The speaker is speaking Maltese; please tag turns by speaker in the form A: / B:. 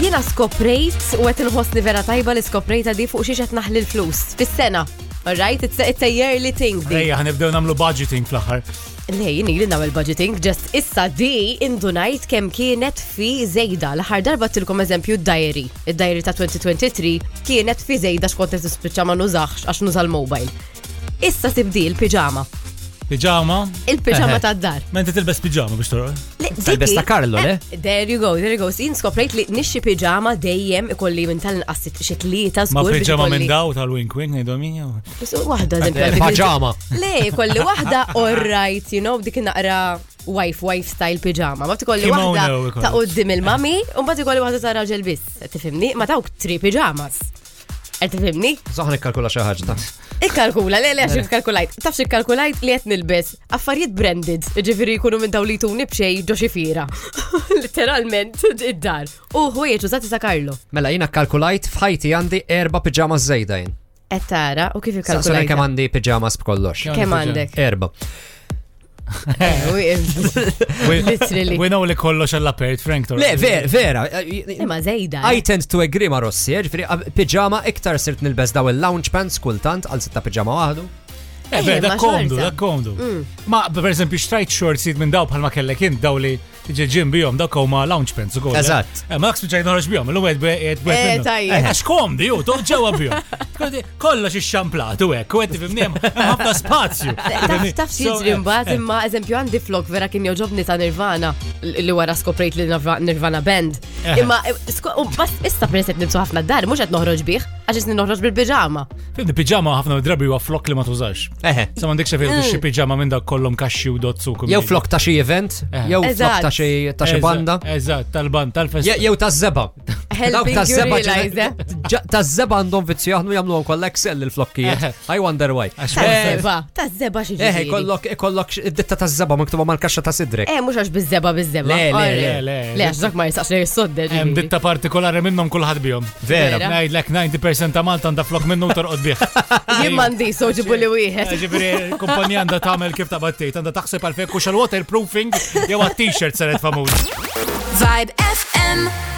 A: Jena skoprejt u għet il-ħosni vera tajba li skoprejt għadi fuq xiex qed naħli l-flus. Fis-sena. Alright, it's a, it's a yearly thing di.
B: Ejja, ħanibdew namlu budgeting fl-axar.
A: Nej, jini li namel budgeting, ġest issa di indunajt kem kienet fi zejda. L-ħar darba tilkom eżempju d-diary. Id-diary ta' 2023 kienet fi zejda xkont qed tispiċċa ma nużax għax nuża l-mobile. Issa tibdi l-pijama.
B: Pijama?
A: Il-pijama
C: Eħe.
A: ta' dar.
B: Ma inti tilbes pijama biex toroq.
C: Tal-bes ta' Karlo, le?
A: Eh, There you go, there you go. Sin skoprejt li nixxi pijama dejjem ikolli minn tal-inqas xi tlieta
B: Ma
A: żgur. biex
B: pijama minn
A: ikolli-
B: daw tal-wink wink nejdomi.
A: Bus Wahda eżempju.
C: Eh, pajama.
A: Le, kolli wahda all right, you know, dik naqra wife, wife style pijama. Ma tikolli
B: Kimono
A: wahda
B: ikolli.
A: ta' qoddim il-mami, u ma tikolli wahda ta' raġel biss. E, Tifimni, ma tawk tri pijamas. Qed tifimni?
C: Zaħan ikkalkula xi ħaġa.
A: Ikkalkula, le, le, għax ikkalkulajt. Tafx ikkalkulajt li qed nilbes. Affarijiet branded, ġifiri jkunu minn dawn li tuni bxej ġo xi fira. Literalment, id-dar. U ħwejjeġ użati sa' Karlo.
C: Mela jina kalkulajt f'ħajti għandi erba pijama żejdajn.
A: Qed E, tara, u kif
C: Saqsuna kemm
A: ikkalkulajt?
C: għandi pijamas b'kollox.
A: Kemm għandek?
C: Erba.
A: Eh, u- Literally.
B: Winaw li kollox għall-apert, Frank toroq.
C: Le, ver, vera.
A: Imma zejda. eh.
C: I tend to agree ma' Rossi, eh, ġifri, pijama iktar sirt nilbes daw il-lounge pants kultant għal sitta pijama waħdu.
B: Eh,
A: Eh,
B: beh,
A: ma
B: dak komdu,
A: xorta. Mm.
B: dak komdu. Ma per eżempju, xtrajt short seat minn daw bħalma kellek int daw li tiġi ġim bihom dak huma lounge pants u għol.
C: Eżatt.
B: Ma dak spiċaj nħarġ bihom, l-lum għed għed
A: Eh, tajjeb.
B: għed. Għax komdi, ju, toħ ġewa bihom. Kollox ix-xamplat u hekk, u għed tifimni hemm ħafna spazju. eh,
A: Taf taf xieġri
C: eh,
A: mbagħad imma eżempju għandi flok vera kien joġobni ta' Nirvana l- li wara skoprejt li Nirva- Nirvana band.
B: Eh.
A: Imma eh, sko- u bas issa preset nibsu ħafna dar, mhux qed noħroġ bih, għax isni noħroġ bil-piġama.
B: Fimni piġama ħafna drabi huwa flok li ma tużax.
C: Eħe.
B: Sa m'għandekx xafir
A: Mm.
B: xi piġama minn dak kollhom kaxxi u dozzu kum.
C: Jew flok ta' xi event, jew flok
A: Eżatt.
C: ta' xi ta' xi banda.
B: Eżatt, tal-band, tal-fest.
C: Je- Jew ta' zeba.
A: Helping you realize, eh?
C: Ta' zeba għandhom vizzju jaħnu jamlu għon kollexel il-flokkijiet. I wonder why.
B: Għax
C: Eh,
A: Taż-żeba, taż-żeba xi
C: Eħe,
A: ġifieri.
C: Eh, kollok, kollok id-ditta ta' zeba maktuba mal-kaxxa ta' sidrek.
A: Eh, mhux għax biż-żeba biż-żeba.
C: Le, Eh, le,
A: Alright.
B: le, le.
A: Le, għax dak ma jistax li jissodde.
B: Hemm
A: ġifieri.
B: ditta partikolari minnhom kulħadd bihom.
C: Vera.
A: Vera.
B: Ngħidlek 90% ta' Malta għandha flok minnu u torqod bih.
A: Jien m'għandi soġibu li
C: Eh.
A: wieħed.
B: Ġifiri, kumpanija għanda tamel kif ta' battejt, għanda taħseb għal fekku xal waterproofing jew għat t-shirt saret famuż.
D: Vibe FM.